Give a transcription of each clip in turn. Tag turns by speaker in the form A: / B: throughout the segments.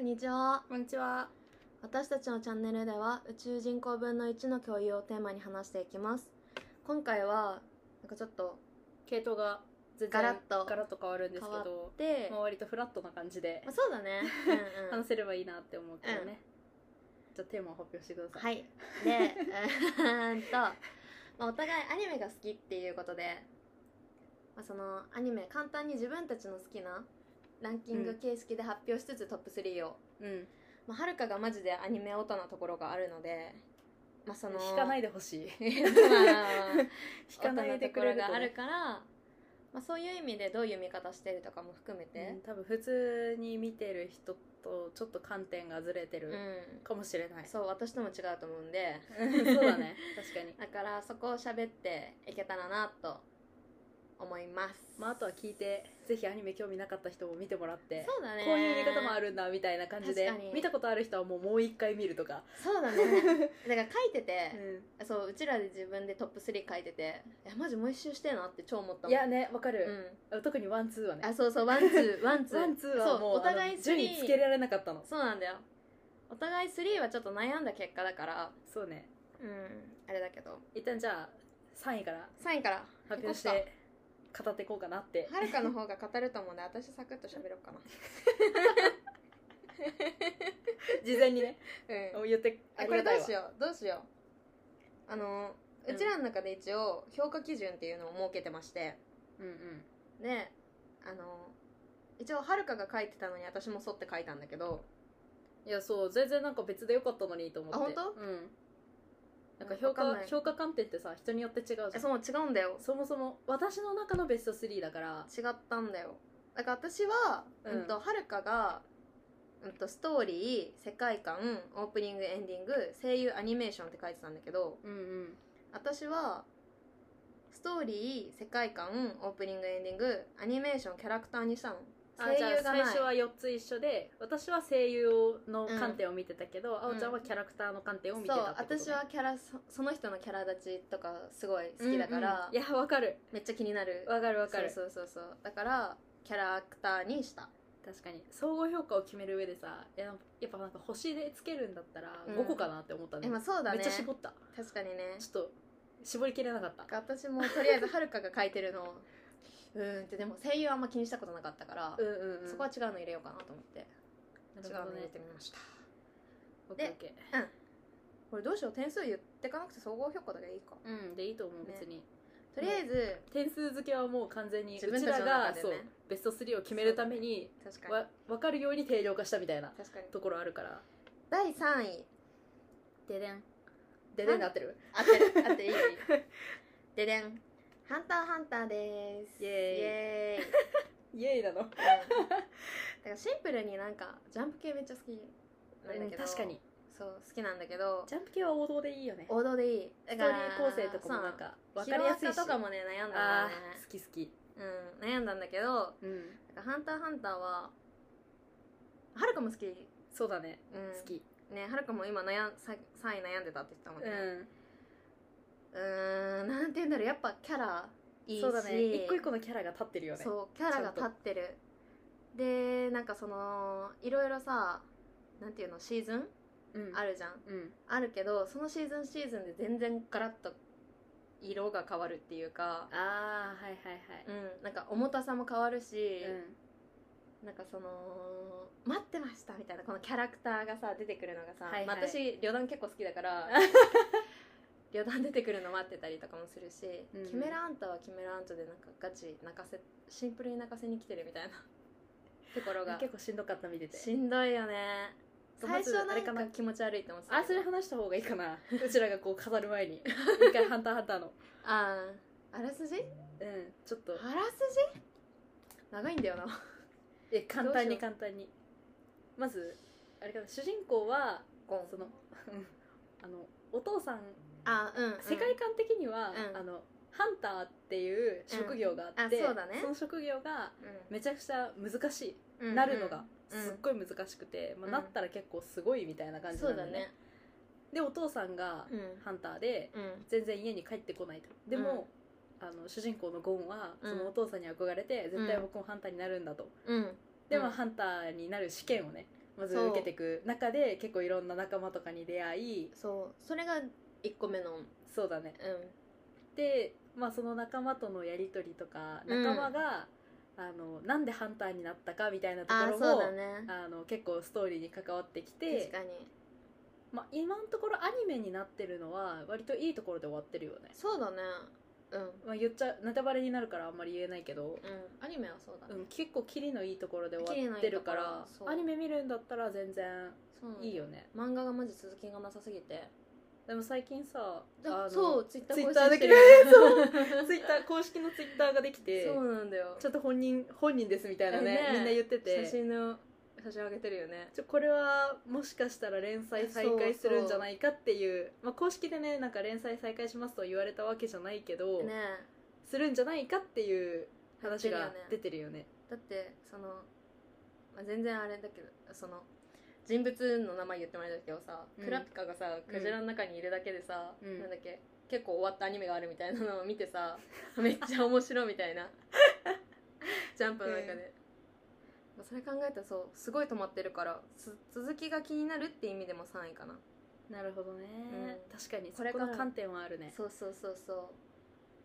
A: にちは
B: こんにちは。
A: 私たちのチャンネルでは宇宙人口分の1の共有をテーマに話していきます今回はなんかちょっと
B: 系統が全然
A: ガラッと
B: ガラッと変わるんですけ
A: 変
B: ど、
A: で、
B: まあ、割とフラットな感じで
A: まあ、そうだね、 うんうん
B: 話せればいいなって思うけどね。じゃあテーマを発表してください。
A: はいでうーんと、まあ、お互いアニメが好きっていうことで、まあ、そのアニメ簡単に自分たちの好きなランキング形式で発表しつつトップ3を、
B: うん。
A: まあ、はるかがマジでアニメオタなところがあるので、まあ、その
B: 引かないいでほ しい。
A: 引かないところがある
B: か
A: から、まあ、そういう意味でどういう見方してるとかも含めて、
B: 多分普通に見てる人とちょっと観点がずれて
A: う
B: る
A: ん
B: かもしれない。
A: そう私とも違うと思うんで
B: そうだね。確かに。
A: だからそこを喋っていけたらなと思います、
B: まああとは聞いて、ぜひアニメ興味なかった人も見てもらって。
A: そうだね
B: こういう見方もあるんだみたいな感じで
A: 確かに
B: 見たことある人はもうもう一回見るとか、
A: そうだ ねだから書いてて、
B: う
A: そううちらで自分でトップ3書いててえマジもう一周してんなって超思ったも
B: ん、
A: ん
B: いやねわかる、
A: う
B: 特にワンツーはね
A: ん、あそうそうワン ツーワンツー
B: ワンツーはもう
A: そうお互
B: あ
A: い
B: の
A: 3
B: 順位つけられなかったの
A: そうなんだよお互い3はちょっと悩んだ結果だから
B: そうね
A: うんあれだけど
B: 一旦じゃあ3位から
A: 3位から
B: 発表し
A: 結
B: て語っていこうかなって
A: 構はるかの方が語ると思うんで私サクッと喋ろうか な
B: 事前にね
A: うん
B: 言って
A: あこ
B: く
A: れど
B: たいうわ
A: しようどうしようあのうちらの中で一応評価基準っていうのを設けてまして
B: うんうん
A: であの一応はるかが書いてたのに私も沿って書いたんだけど
B: いやそう全然なんか別でよかったのにと思って
A: あ本当
B: うんなんか評価
A: わかんない
B: 評価観点ってさ人によって違うじゃん
A: え
B: そ
A: そう違うんだよ
B: もそも私の中のベスト3だから
A: 違ったんだよだから私は、
B: う
A: うんんとはるかが、うん、とストーリー世界観オープニングエンディング声優アニメーションって書いてたんだけど
B: うんうん
A: 私はストーリー世界観オープニングエンディングアニメーションキャラクターにしたの
B: あ
A: 声
B: じゃあ
A: 優が
B: 最
A: ない
B: 初は4つ一緒で私は声優の観点を見てたけど、あおちゃんはキャラクターの観点を見てた
A: そ
B: って
A: う
B: こと
A: 私はキャラそその人のキャラ立ちとかすごい好きだから、
B: うんうんいやわかる
A: めっちゃ気になる
B: わかるわかる
A: そうそうそうそうだからキャラクターにした
B: 確かに総合評価を決める上でさいややっぱなんか星でつけるんだったら
A: うん
B: 5個かなって思ったね,、
A: えまあそうだね
B: めっちゃ絞った
A: 確かにね
B: ちょっと絞りきれなかった
A: なんか私もとりあえずはるかが書いてるの をうーんってでも声優はあんま気にしたことなかったから、
B: うんうん、うん、
A: そこは違うの入れようかなと思って
B: な
A: 違
B: る
A: うの
B: ほど
A: 入れ
B: ね
A: てみました
B: オッケ
A: で
B: ーオッケ
A: これどうしよう点数言ってかなくて総合評価だけでいいか
B: ーうんでいいと思う、
A: ね
B: 別に
A: とりあえず
B: 点数付けはもう完全に
A: 自分
B: うち
A: た
B: ら
A: ちの
B: が、
A: 中でね
B: そうベスト3を決めるために、
A: 確かに
B: わ分かるように定量化したみたいな
A: 確かに
B: ところあるから
A: 第3位
B: ででんででんで合ってる
A: 当てる当ていいよいいよででん「ハンターハンター」です
B: イエ
A: エー
B: ーイ
A: イ
B: イエイなの
A: うんだからシンプルになんかジャンプ系めっちゃ好きなんだけど、
B: 確かに
A: そう好きなんだけど
B: ジャンプ系は王道でいいよね
A: 王道でいい
B: ストーリー構成とかもなんか分かりやすいし
A: とかもね悩んだ
B: あ
A: んだよね
B: ー好き好き
A: うん悩んだんだけど
B: うん
A: 「なんかハンターハンターは」はるかも好き、うん、
B: そうだね好き
A: ねはるかも今悩んさ3位悩んでたって言ってたもんねうんーんなんて言うんだろうやっぱキャラいいし
B: そうだね一個一個のキャラが立ってるよね
A: そうキャラが立ってるでなんかそのいろいろさなんていうのシーズン
B: うん
A: あるじゃん
B: うん
A: あるけどそのシーズンシーズンで全然ガラッと色が変わるっていうか、
B: あーはいはいは
A: うん、なんか重たさも変わるし
B: い、うん
A: なんかその待ってましたみたいなこのキャラクターがさ出てくるのがさ、
B: はいはい
A: まあ私旅団結構好きだから 旅団出てくるの待ってたりとかもするし、
B: うん
A: キメラアンタはキメラアンタでなんかガチ泣かせシンプルに泣かせに来てるみたいな ところが
B: 結構しんどかった見てて
A: しんどいよね
B: ま
A: 最
B: ず
A: 初な
B: あれ
A: ん
B: かな
A: か気持ち悪いって思ってた
B: あ
A: け
B: そ
A: ど
B: れ話した方がいい かなうちらがこう飾る前に一回「ハンターハンターの」
A: あーあらすじ
B: うんちょっと
A: あらすじ長いんだよな
B: え簡単
A: どうしよ
B: に
A: う
B: 簡単にまずあれかな主人公は
A: ゴン
B: そのあのお父さん
A: あうん、うん、
B: 世界観的には、
A: うん
B: あのハンターっていう職業があって、
A: うんあそうだね
B: の職業がめちゃくちゃ難しい、
A: うん
B: なるのが
A: うん
B: すっごい難しくて、
A: うん
B: まあ、なったら結構すごいみたいな
A: う
B: 感
A: ん
B: じな
A: そう
B: んだ
A: だ
B: よね
A: ね
B: でお父さんが
A: うん
B: ハンターで
A: うん
B: 全然家に帰ってこないとでも、あの主人公のゴンはそのお父さんに憧れて、絶対僕もハンターになるんだと、
A: うん
B: でも、
A: うん
B: ハンターになる試験をねまず
A: そう
B: 受けていく中で結構いろんな仲間とかに出会い
A: そうそれが1個目のうん
B: そうだねで、まあ、その仲間とのやり取りとか
A: うん
B: 仲間が、あのなんでハンターになったかみたいなとこ
A: ああ
B: ろ
A: そう
B: も
A: だね
B: あの結構ストーリーに関わってき
A: 確
B: て、
A: かに
B: まあ、今のところアニメになってるのは割といいところで終わってるよね、
A: そうだねうんうん
B: まあ、言っちゃネタバレになるからあんまり言えないけど、
A: アニメはそうだ
B: う
A: ね
B: ん、結構キリのいいところで終わってるか
A: キリのいい
B: ら
A: ところそう
B: アニメ見るんだったら全然
A: そうなんだ
B: いいよね、
A: 漫画がマジ続きがなさすぎて
B: でも最近さ
A: だ
B: あの
A: そうツイッター
B: ツイ
A: 更
B: ッ
A: 新
B: ター
A: し
B: だ
A: て
B: け
A: る
B: そうツイッター公式のツイッターができて
A: そうなんだよ
B: ちょっと本人本人ですみたいなね
A: ね
B: みんな言って
A: 写
B: て
A: 真の写真を上げてるよね
B: ちょこれはもしかしたら連載再開するんじゃないかっていうまあ、公式でねなんか連載再開しますと言われたわけじゃないけど、
A: ね
B: するんじゃないかっていう話
A: や
B: が
A: ってるよね
B: 出てるよね
A: だってその、まあ、全然あれだけどその人物の名前言ってもらえたけどさ、
B: うん
A: クラピカがさクジラの中にいるだけでさ、
B: うん
A: なんだっけ結構終わったアニメがあるみたいなのを見て さめっちゃ面白いみたいなジャンプの中で、まあそれ考えたらそうすごい止まってるからつ続きが気になるって意味でも3位かな、
B: なるほどね、
A: うん
B: 確かに
A: こ
B: そ
A: れ
B: こ
A: から
B: の観点はあるね
A: そうそうそうそ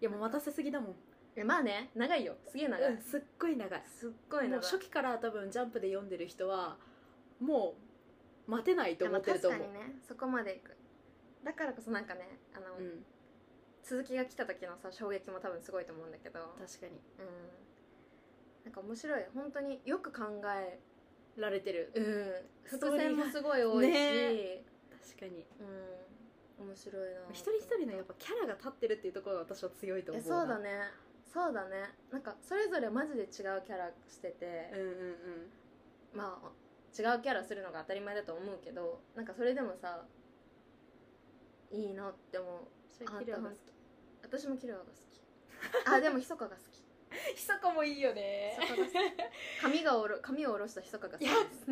B: いやもう待たせすぎだもん、
A: うえまあね長いよすげえ長い、
B: うん、すっごい長い
A: すっごい長い
B: もう初期から多分ジャンプで読んでる人はもう待てないと思ってると思う
A: あまあ、確かにねそこまでいくだからこそなんかねあの、
B: うん
A: 続きが来た時のさ衝撃も多分すごいと思うんだけど、うん、
B: 確かに
A: なんか面白い本当によく考え
B: られてる
A: うん
B: ストー
A: 伏
B: リーが
A: 線もすごい多いし、
B: ねえ確かに
A: うん面白いな
B: 一人一人のやっぱキャラが立ってるっていうところが私は強い
A: い
B: と思
A: や
B: うな
A: そうだねそうだねなんかそれぞれマジで違うキャラしてて
B: うん、うん
A: まあ違うキャラするのが当たり前だと思うけどなんかそれでもさいいなって思う
B: うん
A: あ
B: キラが好
A: 私もキルアが好きあでもひそかが好き
B: きひそかもいいよね
A: ひそかが好き髪がおろ髪を下ろしたひそかが好き
B: いや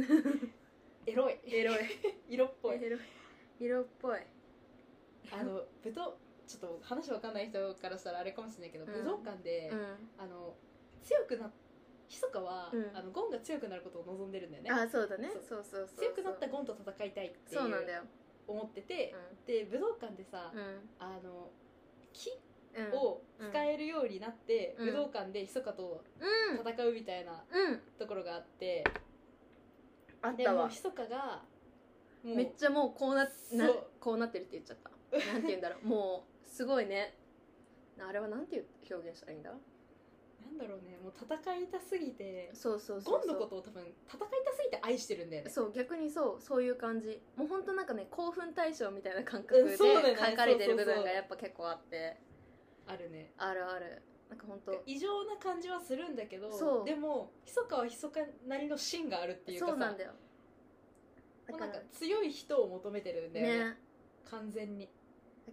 B: エロい
A: エロい
B: 色っぽい
A: エロい色っぽい
B: あの武道ちょっと話わかんない人からしたらあれかもしれないけど、
A: うん
B: 武道館で、
A: うん
B: あの強くなひそかは、
A: うん
B: あのゴンが強くなることを望んでるんだよね
A: あそうだねそ
B: そう
A: そうそう
B: 強くなったゴンと戦いたいってい
A: そうなんだ
B: う
A: よ
B: 思ってて、で武道館でさ、
A: うん
B: あの木
A: うんうん
B: を使えるようになって、
A: うん
B: 武道館でひそかと
A: うん
B: 戦うみたいな
A: うん
B: ところがあって、
A: あっ
B: で
A: た
B: もう
A: わ
B: ひそかがもう
A: めっちゃもうこうなな
B: そう
A: こうなってるって言っちゃったなんて言うんだ ろうもうすごいねあれはなんて言う表現したらいいんだ
B: なんだろうねもう戦いたすぎて
A: そうそうそう
B: ゴ
A: そ
B: ン
A: う
B: のことを多分戦いたすぎて愛してるんだよね
A: そう逆にそうそういう感じもうほんとなんかね興奮対象みたいな感覚
B: う
A: で
B: んそうだね
A: 書かれてる部
B: そう
A: 分
B: そう
A: が
B: そう
A: やっぱ結構あって
B: あるね
A: あるあるなんかほんと
B: 異常な感じはするんだけど
A: そう
B: でもひそかはひそかなりの芯があるっていうかさ
A: そうなんだよだ
B: もう
A: か
B: な
A: ら
B: んか強い人を求めてるんだよね
A: ね
B: 完全に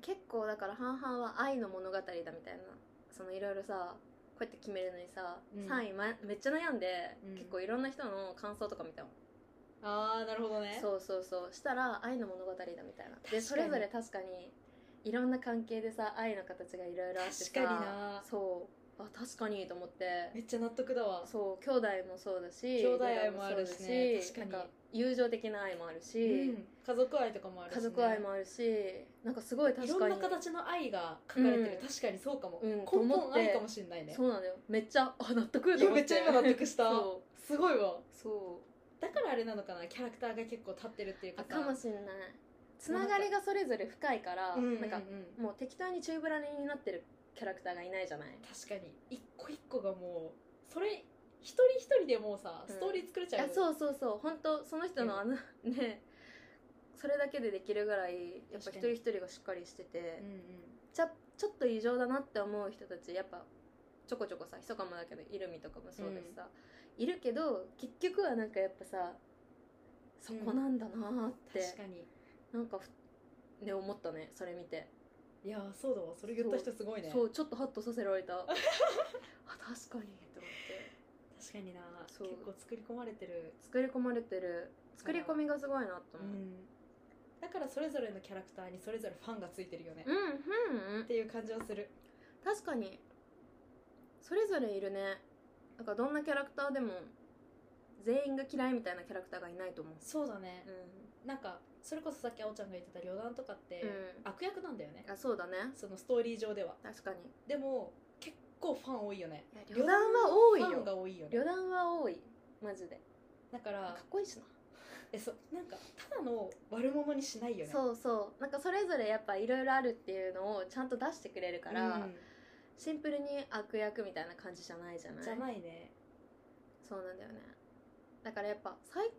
A: 結構だから半々は愛の物語だみたいなそのいろいろさこうやって決めるのにさ、
B: うん
A: 3位、ま、めっちゃ悩んで、
B: うん
A: 結構いろんな人の感想とか見たの、
B: ああなるほどね
A: そうそうそうしたら愛の物語だみたいな
B: 確か
A: で
B: に
A: それぞれ確かにいろんな関係でさ愛の形がいろいろあってさ
B: 確かにな
A: そうあ確かにと思って
B: めっちゃ納得だわ
A: そう兄弟もそうだし
B: 兄弟愛もあるしね
A: リーダーもそうだし
B: 確かに
A: なん友情的な愛もあるし、
B: うん家族愛とかもあるし、ね、
A: 家族愛もあるしなんかすごい確
B: い
A: か
B: ろ
A: に
B: んな形の愛が書かれてる、
A: うん
B: 確かにそうかも、
A: うん
B: 根
A: と思っ
B: 本
A: て
B: 愛かもしれないね
A: そうなんだよめっちゃあ納得
B: い
A: と
B: や
A: 思
B: め
A: っ
B: ってちゃ今納得した
A: そ
B: すごいわ
A: うそ
B: だからあれなのかなキャラクターが結構立ってるっていう
A: うあ
B: かさ
A: かもしんないつながりがそれぞれ深いから、
B: うんうんうん
A: なんかもう適当に宙ぶらりんになってるキャラクターがいないじゃない
B: 確かに一個一個がもうそれ一人一人でもうさ、
A: うん
B: ストーリー作れちゃう
A: あそうそうそう本当その人のあのねそれだけでできるぐらいやっぱ一
B: 確か
A: 人
B: に
A: 一人がしっかりしてて
B: うんうん
A: ちゃちょっと異常だなって思う人たちやっぱちょこちょこさひそかもだけどイルミとかもそうだしさ、いるけど結局はなんかやっぱさそこなんだなーって、
B: 確かに
A: なんかふね思ったねそれ見て、
B: いやーそうだわそれ言った人すごいね
A: そうちょっとハッとさせられたあ確かにと思って
B: 確かにな結
A: そう
B: 構作り込まれてる
A: 作り込まれてる作り込みがすごいなと思う
B: だからそれぞれのキャラクターにそれぞれファンがついてるよね、
A: うんうんうん
B: っていう感じはする
A: 確かにそれぞれいるねなんかどんなキャラクターでも全員が嫌いみたいなキャラクターがいないと思う、
B: そうだね
A: う、
B: なんかそれこそさっきあおちゃんが言ってた旅団とかって、
A: う
B: 悪役なんだよね
A: ん、あそうだね
B: そのストーリー上では
A: 確かに
B: でも結構ファン多いよね
A: いや旅団は多い
B: ファン
A: よ
B: が多いよね
A: 旅団は多いマジで
B: だか
A: かっ
B: ら
A: こいいしな
B: えそうなんかただの悪者にしないよね
A: そうそうなんかそれぞれやっぱいろいろあるっていうのをちゃんと出してくれるから、
B: うん
A: シンプルに悪役みたいな感じじゃないじゃない
B: じゃないね
A: そうなんだよねだからやっぱ最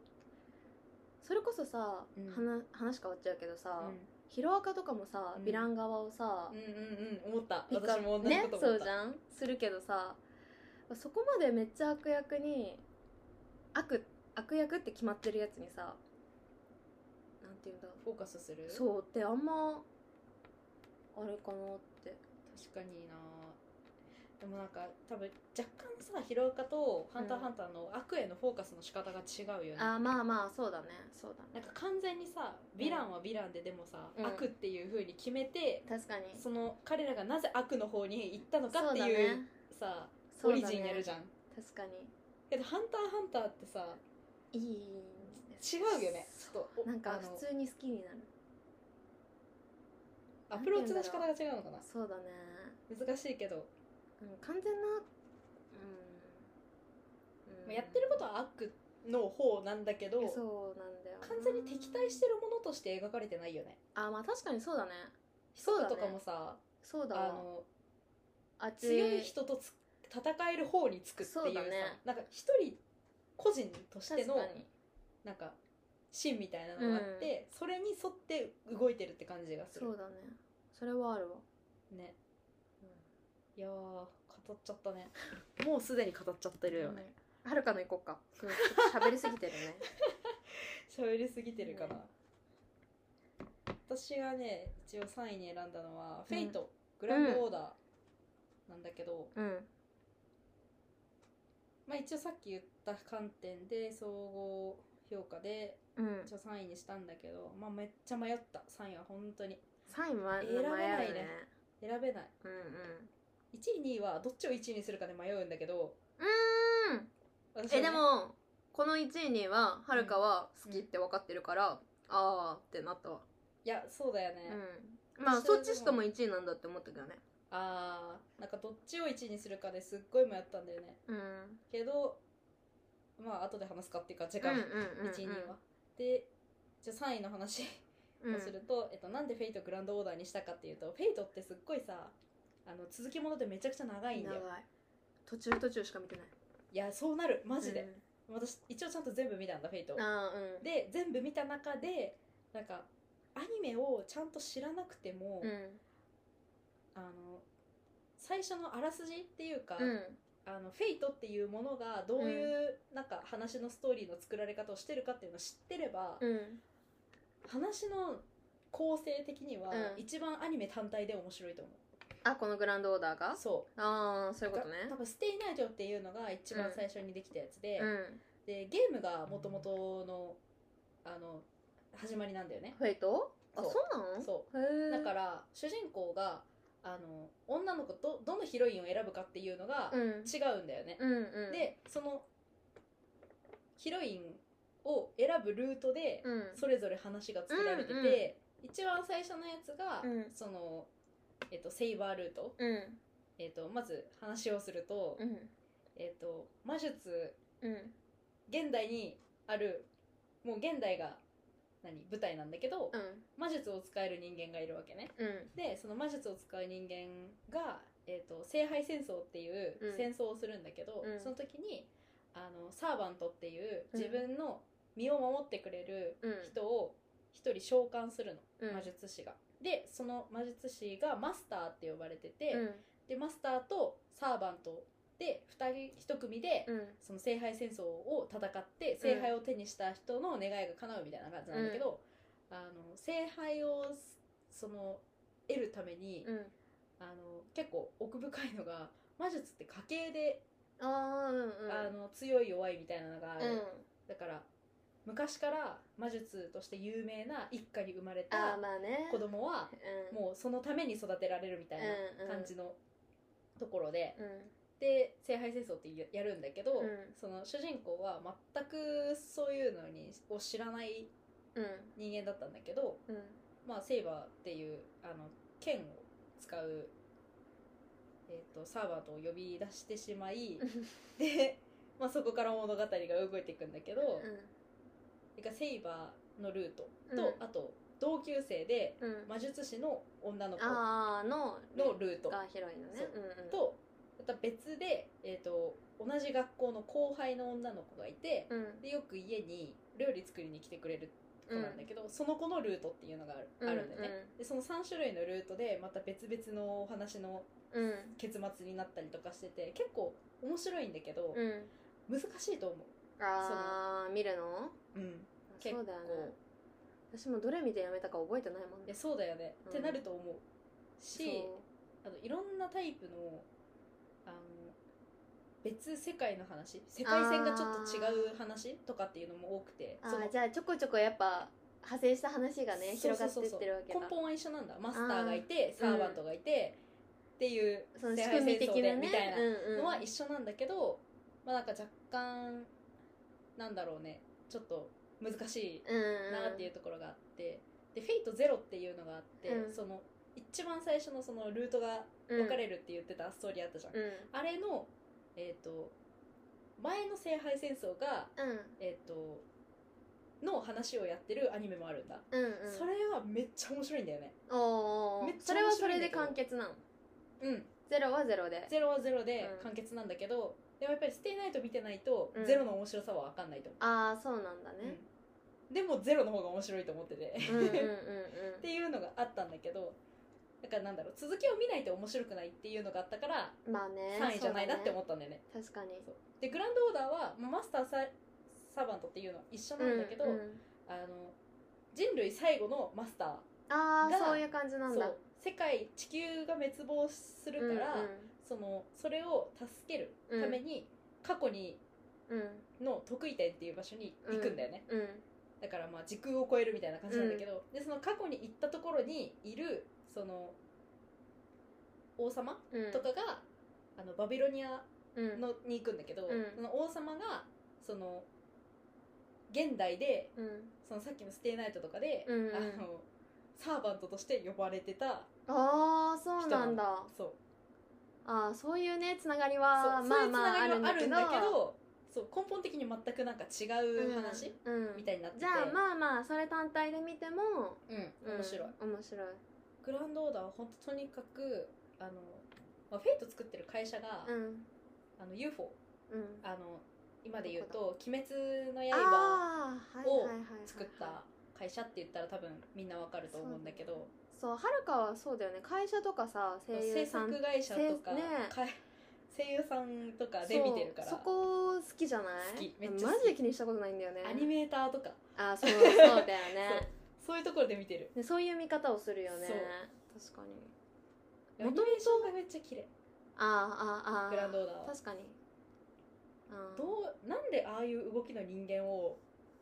A: それこそさ、
B: うん
A: 話話変わっちゃうけどさ、
B: うん
A: ヒロアカとかもさ、
B: うん
A: ヴィラン側をさ、
B: うんうんうん思った
A: ピカ
B: 私も同じ
A: ね
B: こ
A: そ
B: と思っ
A: う
B: た、
A: じゃんするけどさそこまでめっちゃ悪役に悪悪役って決まってるやつにさなんていうんだ
B: フォーカスするう
A: そうってあんまあれかなって
B: 確かになでもなんか多分若干さヒロアカと「ハンター
A: うん
B: ハンター」の悪へのフォーカスの仕方が違うよね、
A: あーまあまあそうだねそうだね
B: なんか完全にさヴィランはヴィランででもさ、
A: うん
B: 悪っていう風に決めて、
A: 確かに
B: その彼らがなぜ悪の方に行ったのか
A: そ
B: っ
A: う
B: て
A: だ
B: いう
A: ね
B: さ
A: そ
B: オ
A: うだ
B: リ
A: ね
B: ジンやるじゃん
A: 確かに
B: けど「ハンターハンター」ってさ
A: いい
B: 違うよねちょっとお
A: なん
B: あ
A: か
B: の
A: 普通に好きになる
B: アプローチの仕方が違うのかな
A: そうだね、
B: 難しいけど、
A: うん、完全なうん、
B: まあ、やってることは悪の方なんだけど
A: とそうなんだよな
B: 完全に敵対してるものとして描かれてないよね
A: あまあ確かにそうだね
B: 人
A: そうだね
B: とかもさ、
A: そうだ
B: あ
A: わ
B: の
A: あ
B: 強い人とつ戦える方につくっていう
A: そう
B: さ
A: だね
B: なんか一人個人としての
A: 確かに
B: なんか芯みたいなのがあって、それに沿って動いてるって感じがす
A: そう
B: る
A: だねそれはあるわ、
B: ね
A: うん
B: いやー語っちゃったね もうすでに語っちゃって
A: う
B: る
A: んはるかの行こうか。うんちょっと喋りすぎてる ね。
B: 喋りすぎてるかな、
A: ね
B: 私がね一応3位に選んだのは「フェイト、グランドオーダー」なんだけど、
A: うん。
B: まあ一応さっき言った観点で総合評価で
A: うん。
B: 一応3位にしたんだけど、まあ、めっちゃ迷った3位は本当に
A: 3位は
B: 選べないね
A: 迷う
B: 選べない
A: うんうん。
B: 1位2位はどっちを1位にするかで迷うんだけど
A: うーん。
B: 私は
A: え、
B: ね
A: でも、この1位には、はるかは好きって分かってるから、あーってなったわ。
B: いやそうだよね、
A: うん。まあ、そっちしかも1位なんだって思ったけどね。
B: あーなんかどっちを1位にするかですっごい迷ったんだよね
A: うん。
B: けどまあ後で話すかっていうか時
A: うん
B: 間、
A: うんうんうん。
B: 1位2位はでじゃあ3位の話
A: うん。
B: をすると、えっと、なんでフェイトグランドオーダーにしたかっていうとフェイトってすっごいさあの続きものでめちゃくちゃ長いんだ
A: 長い
B: よ。
A: 途中途中しか見てない。
B: いやそうなるマジで、
A: う
B: 私一応ちゃんと全部見たんだフェイトを
A: ん。あーうん。
B: で全部見た中でなんかアニメをちゃんと知らなくても、
A: うん。
B: あの最初のあらすじっていうか、
A: うん。
B: あのフェイトっていうものがどういうなんか話のストーリーの作られ方をしてるかっていうのを知ってれば、
A: うん。
B: 話の構成的には
A: うん
B: 一番アニメ単体で面白いと思
A: あ、このグランドオーダー
B: う、
A: が
B: そ
A: あー、そうういうことね。
B: が多分「ステイナイト」っていうのが一番最初にできたやつで,、
A: うん。
B: でゲームがもともとのあの始まりなんだよね、
A: フェイトあ、
B: そう
A: そうなの
B: そう
A: へー
B: だから主人公があの女の子とどのヒロインを選ぶかっていうのが
A: うん、
B: 違うんだよね、
A: うんうん、
B: でそのヒロインを選ぶルートで
A: うん、
B: それぞれ話が作られてて、
A: うんうん
B: 一番最初のやつが、
A: うん
B: その、えっとセイバールート、
A: うん
B: えっとまず話をすると,、
A: うん
B: えっと魔術
A: うん
B: 現代にあるもう現代が何舞台なんだけど、
A: うん
B: 魔術を使える人間がいるわけね。
A: うん
B: でその魔術を使う人間が、えー、と聖杯戦争っていう
A: うん
B: 戦争をするんだけど、
A: うん
B: その時にあのサーバントっていう
A: うん
B: 自分の身を守ってくれる
A: うん
B: 人を一人召喚するの、
A: うん
B: 魔術師が。でその魔術師がマスターって呼ばれてて、
A: うん
B: でマスターとサーバントで2人1組で、
A: うん
B: その聖杯戦争を戦って聖杯を手にした人の願いが叶うみたいな感じなんだけど、あの聖杯をその得るために、
A: うん
B: あの結構奥深いのが魔術って家系で、
A: あーうんうん
B: あの強い弱いみたいなのがある、
A: うん
B: だから昔から魔術として有名な一家に生まれ
A: あ
B: た
A: ーまあね
B: 子供は
A: うん
B: もうそのために育てられるみたいな
A: うんうん
B: 感じのところで、
A: うん
B: で聖杯戦争ってややるんだけど、
A: うん
B: その主人公は全くそういうのにを知らない
A: うん
B: 人間だったんだけど、
A: うん
B: まあ、セイバーっていうあの剣を使う、えー、とサーバーと呼び出してし まいで、まあ、そこから物語が動いていくんだけど、てかセイバーのルートと、
A: うん
B: あと同級生で
A: うんうん
B: 魔術師の女の子
A: あーの
B: のルート
A: が広いのね
B: そう
A: うんうん
B: とまた別で、えー、と同じ学校の後輩の女の子がいて、
A: うん
B: でよく家に料理作りに来てくれる子なんだけど、その子のルートっていうのがある,、
A: うん
B: あるんだよね。でその3種類のルートでまた別々のお話の
A: うん
B: 結末になったりとかしてて結構面白いんだけ
A: う
B: ど、
A: んうん
B: 難しいと思
A: あー見るの
B: う、うん、結
A: そ
B: 構
A: うだよね私もどれ見てやめたか覚えてないもん
B: いやそうだよね、
A: うん
B: ってなると思うし
A: そう
B: あのいろんなタイプのあの別世界の話世界線がちょっと違う話とかっていうのも多くて
A: あ
B: その
A: ーじゃあちょこちょこやっぱ派生した話がね
B: そう
A: 広
B: そ
A: が
B: う
A: って
B: そう
A: い
B: そう
A: ってるわけだ
B: 根本は一緒なんだマスターがいてサーバントがいて、っていう
A: その
B: 世
A: 仕
B: 界
A: 組み
B: 戦
A: 的
B: 争で
A: なね
B: みたいな
A: うんうん
B: のは一緒なんだけど、まあなんか若干なんだろうねちょっと難し
A: うん
B: い
A: うん
B: なっていうところがあって、で「フェイトゼロっていうのがあって、
A: うん
B: その一番最初のそのルートが分かれるって言ってたストーリーあったじゃん、
A: うん
B: あれのえっ、と前の聖杯戦争が
A: うん
B: えっ、との話をやってるアニメもあるんだ、
A: うんうん
B: それはめっちゃ面白いんだよね
A: おーおーおー
B: めっち
A: そ
B: ゃ
A: れは
B: 面
A: そ
B: 白い
A: れ
B: んだ
A: で
B: けど
A: 完結なの
B: うん
A: ゼロはゼロで
B: ゼロはゼロで
A: うん
B: 完結なんだけど、でもやっぱりステイナイト見てないと、
A: うん
B: ゼロの面白さは分かんないと思
A: ああそうなんだ
B: う、
A: ね
B: うんでもゼロの方が面白いと思って て
A: うんうんうんうん
B: っていうのがあったんだけどだからなんだろう続きを見ないと面白くないっていうのがあったから
A: まあね
B: 3位じゃないなって
A: っ
B: 思ったんだよね,、
A: た確かに
B: でグランドオーダーはまあマスターササーバントっていうのは一緒なんだけど、
A: うんうん
B: あの人類最後のマスター
A: ああ
B: が
A: そういう感じなん
B: そ
A: だ
B: う世界地球が滅亡するから、そのそれを助けるために過去に
A: うんうん
B: の得意点っていう場所に行くんだよね、
A: うん
B: だからまあ時空を超えるみたいな感じなんだけど、でその過去に行ったところにいるその王様
A: うんうん
B: とかが、あのバビロニア
A: うん
B: のに行くんだけど、
A: うん
B: その王様がその現代で
A: うん
B: そのさっきの「ステイナイト」とかで、
A: うんうん
B: あのサーバントとして呼ばれてた
A: ああそうなんだ
B: そう
A: ああそういうねつながり
B: そう
A: はまあまああ
B: そうい
A: る
B: うんつながりはあ
A: だ
B: る
A: け
B: ん
A: ど
B: だけどそう根本的に全くなんか違う話、
A: うんうん
B: みたいになって
A: じ
B: て
A: ゃあまあまあそれ単体で見ても
B: うん、面白い、
A: うん面白い
B: グランドオーダーは本当とにかくあの、まあ、フェイト作ってる会社が、
A: うん
B: あの UFO
A: うん
B: あの今で言う
A: ど
B: と「鬼滅の刃
A: あー
B: を
A: はいはいはいは」い
B: 作った会社って言ったら多分みんなわかると思うんだけど
A: そうはるかはそうだよね会社とかさ声優
B: 制
A: さん
B: 作会社とか
A: せね
B: か い声優さんとかで見てるから
A: そうそこ好きじゃない
B: 好きめっちゃ好き
A: マジで気にしたことないんだよね
B: アニメーターとか
A: あそうそうだよね
B: そういうところで見てる
A: でそういう見方をするよね
B: そう
A: 確かに
B: アニメーションがめっちゃ綺麗
A: ああああああ
B: グランドオーダーは
A: 確かにうん
B: どうなんでああいう動きの人間を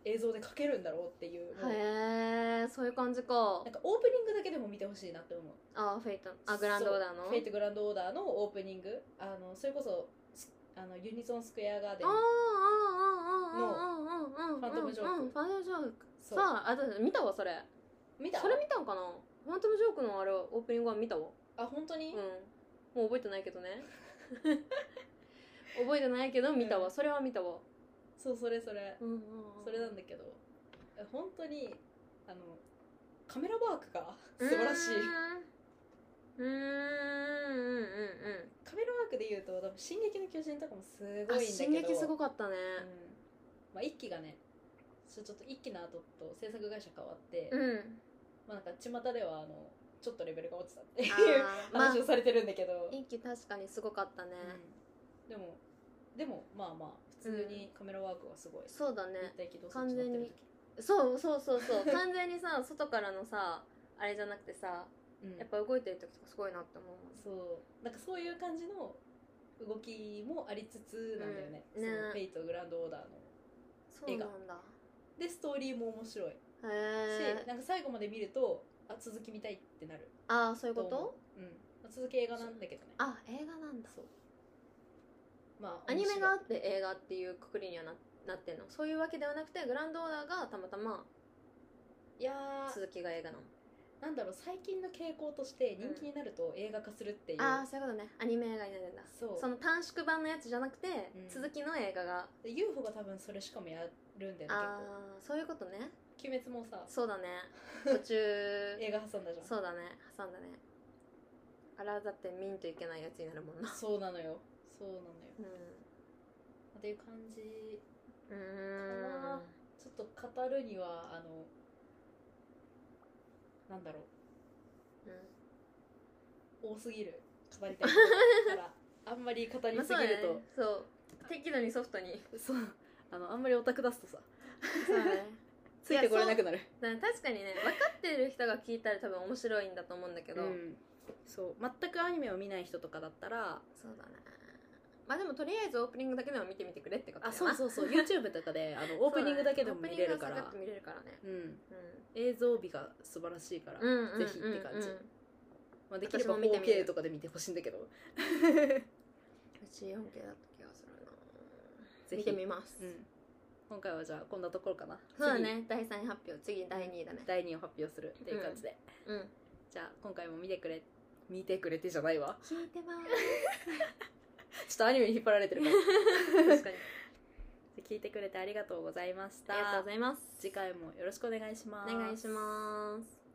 B: 映像で描けるんだろうっていうもう
A: へえそういう感じか
B: なんかオープニングだけでも見てほしいなって思う
A: ああフェイトあグランドオーダーの
B: そうフェイトグランドオーダーのオープニングあのそれこそすあのユニゾンスクエアガーデン
A: ああああああああああ
B: ファントムジョーク
A: うんファントムジョーク
B: そう
A: さああ私見たわそれ
B: 見た
A: それ見たんかなファントムジョークのあれオープニングは見たわ
B: あ本当
A: うん
B: に、
A: もう覚えてないけど ね覚えてないけど見た
B: う
A: わ
B: ん
A: それは見たわ
B: そうそれそれ、
A: うんうん
B: それなんだけどえ本当にあのカメラワークが素晴らしい
A: うんうんうんうんうん
B: カメラワークで言うと多分「進撃の巨人」とかもすごいんだ
A: あ
B: けど
A: 進撃すごかったね
B: うんまあ、一期がねちょちょっと一期の後と制作会社変わって、
A: うん、
B: まあなんか巷ではあのちょっとレベルが落ちたって
A: あ
B: いう
A: ーまあ
B: 話をされてるんだけど、
A: 一気確かにすごかったね、
B: うんでもでもまあまあ普通にカメラワークはすごい、
A: そうだね
B: 立体起動装
A: 完
B: 置になっ
A: 全
B: て
A: に
B: る
A: そうそうそうそう 完全にさ外からのさあれじゃなくてさ
B: 時、うん
A: やっぱ動いてる時とかすごいなって思うもん
B: そうなんかそういう感じの動きもありつつなんだよね,、
A: うんね
B: そのフェイトグランドオーダーの
A: そうなんだ
B: でストーリーも面白いし、
A: へえ
B: なんか最後まで見るとあ続き見たいってなる
A: ああそういうこと
B: 思ううんまあ続き映画なんだけどね
A: あ映画なんだ
B: そうまあ
A: アニメがあ
B: 面
A: って映画っていうくくりにはななってんのそういうわけではなくてグランドオーダーがたまたま
B: 白いいや
A: 続きが映画なの
B: ーなんだろう最近の傾向として人気になると映画化するっていう、
A: ああそういうことねアニメ映画になるんだ
B: そう
A: その短縮版のやつじゃなくて、
B: うん
A: 続きの映画が
B: で UFO が多分それしかもやるんだよね
A: ああそういうことね
B: 結構鬼滅もさ
A: そうだね途中
B: 映画挟んだじゃん
A: そうだね挟んだねあらだって見んといけないやつになるもんな
B: そうなのよそうなのよ
A: うん
B: っていう感じ
A: うーん
B: ちょっと語るにはあのなんだろう多すぎる語りたいことだからあんまり語
A: うん
B: り
A: まあ
B: す
A: そう
B: ぎ
A: だ
B: る
A: ね
B: と、
A: そう適度にソフトに
C: そうあのあんまりオタク出すとさ
A: そうだね
C: ついてこれなくなる
A: だから確かにね分かってる人が聞いたら多分面白いんだと思うんだけど、
C: うんそう全くアニメを見ない人とかだったら
A: そうだねまあでもとりあえずオープニングだけでも見てみてくれってことだ
C: あ
A: な
C: そうそうそう YouTube とかであ のオープニングだけでも見れるか
A: そう
C: ら
A: だねオープニングはサクッと見れる
C: うん、
A: からね、
C: 映像美が素晴らしいから、
A: うんうんうんうんうん、
C: ぜひって感じ
A: う
C: まあ、できれば
A: 私も見てみる
C: 4K とかで見てほしいんだけど
A: ち 4K だった気がするな
C: ぜひ
A: 見てみます、
C: うん、今回はじゃあこんなところかな
A: そうだね第3位発表次第2位だね
C: 次第2位を発表するっていう感じで、
A: うん
C: じゃあ今回も見てくれ見てくれてじゃないわ
A: 聞いてま
C: ちょっとアニメに引っ張られてるから
A: す確かに
C: 聞いてくれてありがとうございまし
A: あ
C: た
A: りがとうございます
C: 次回もよろしくお願いします
A: お願いします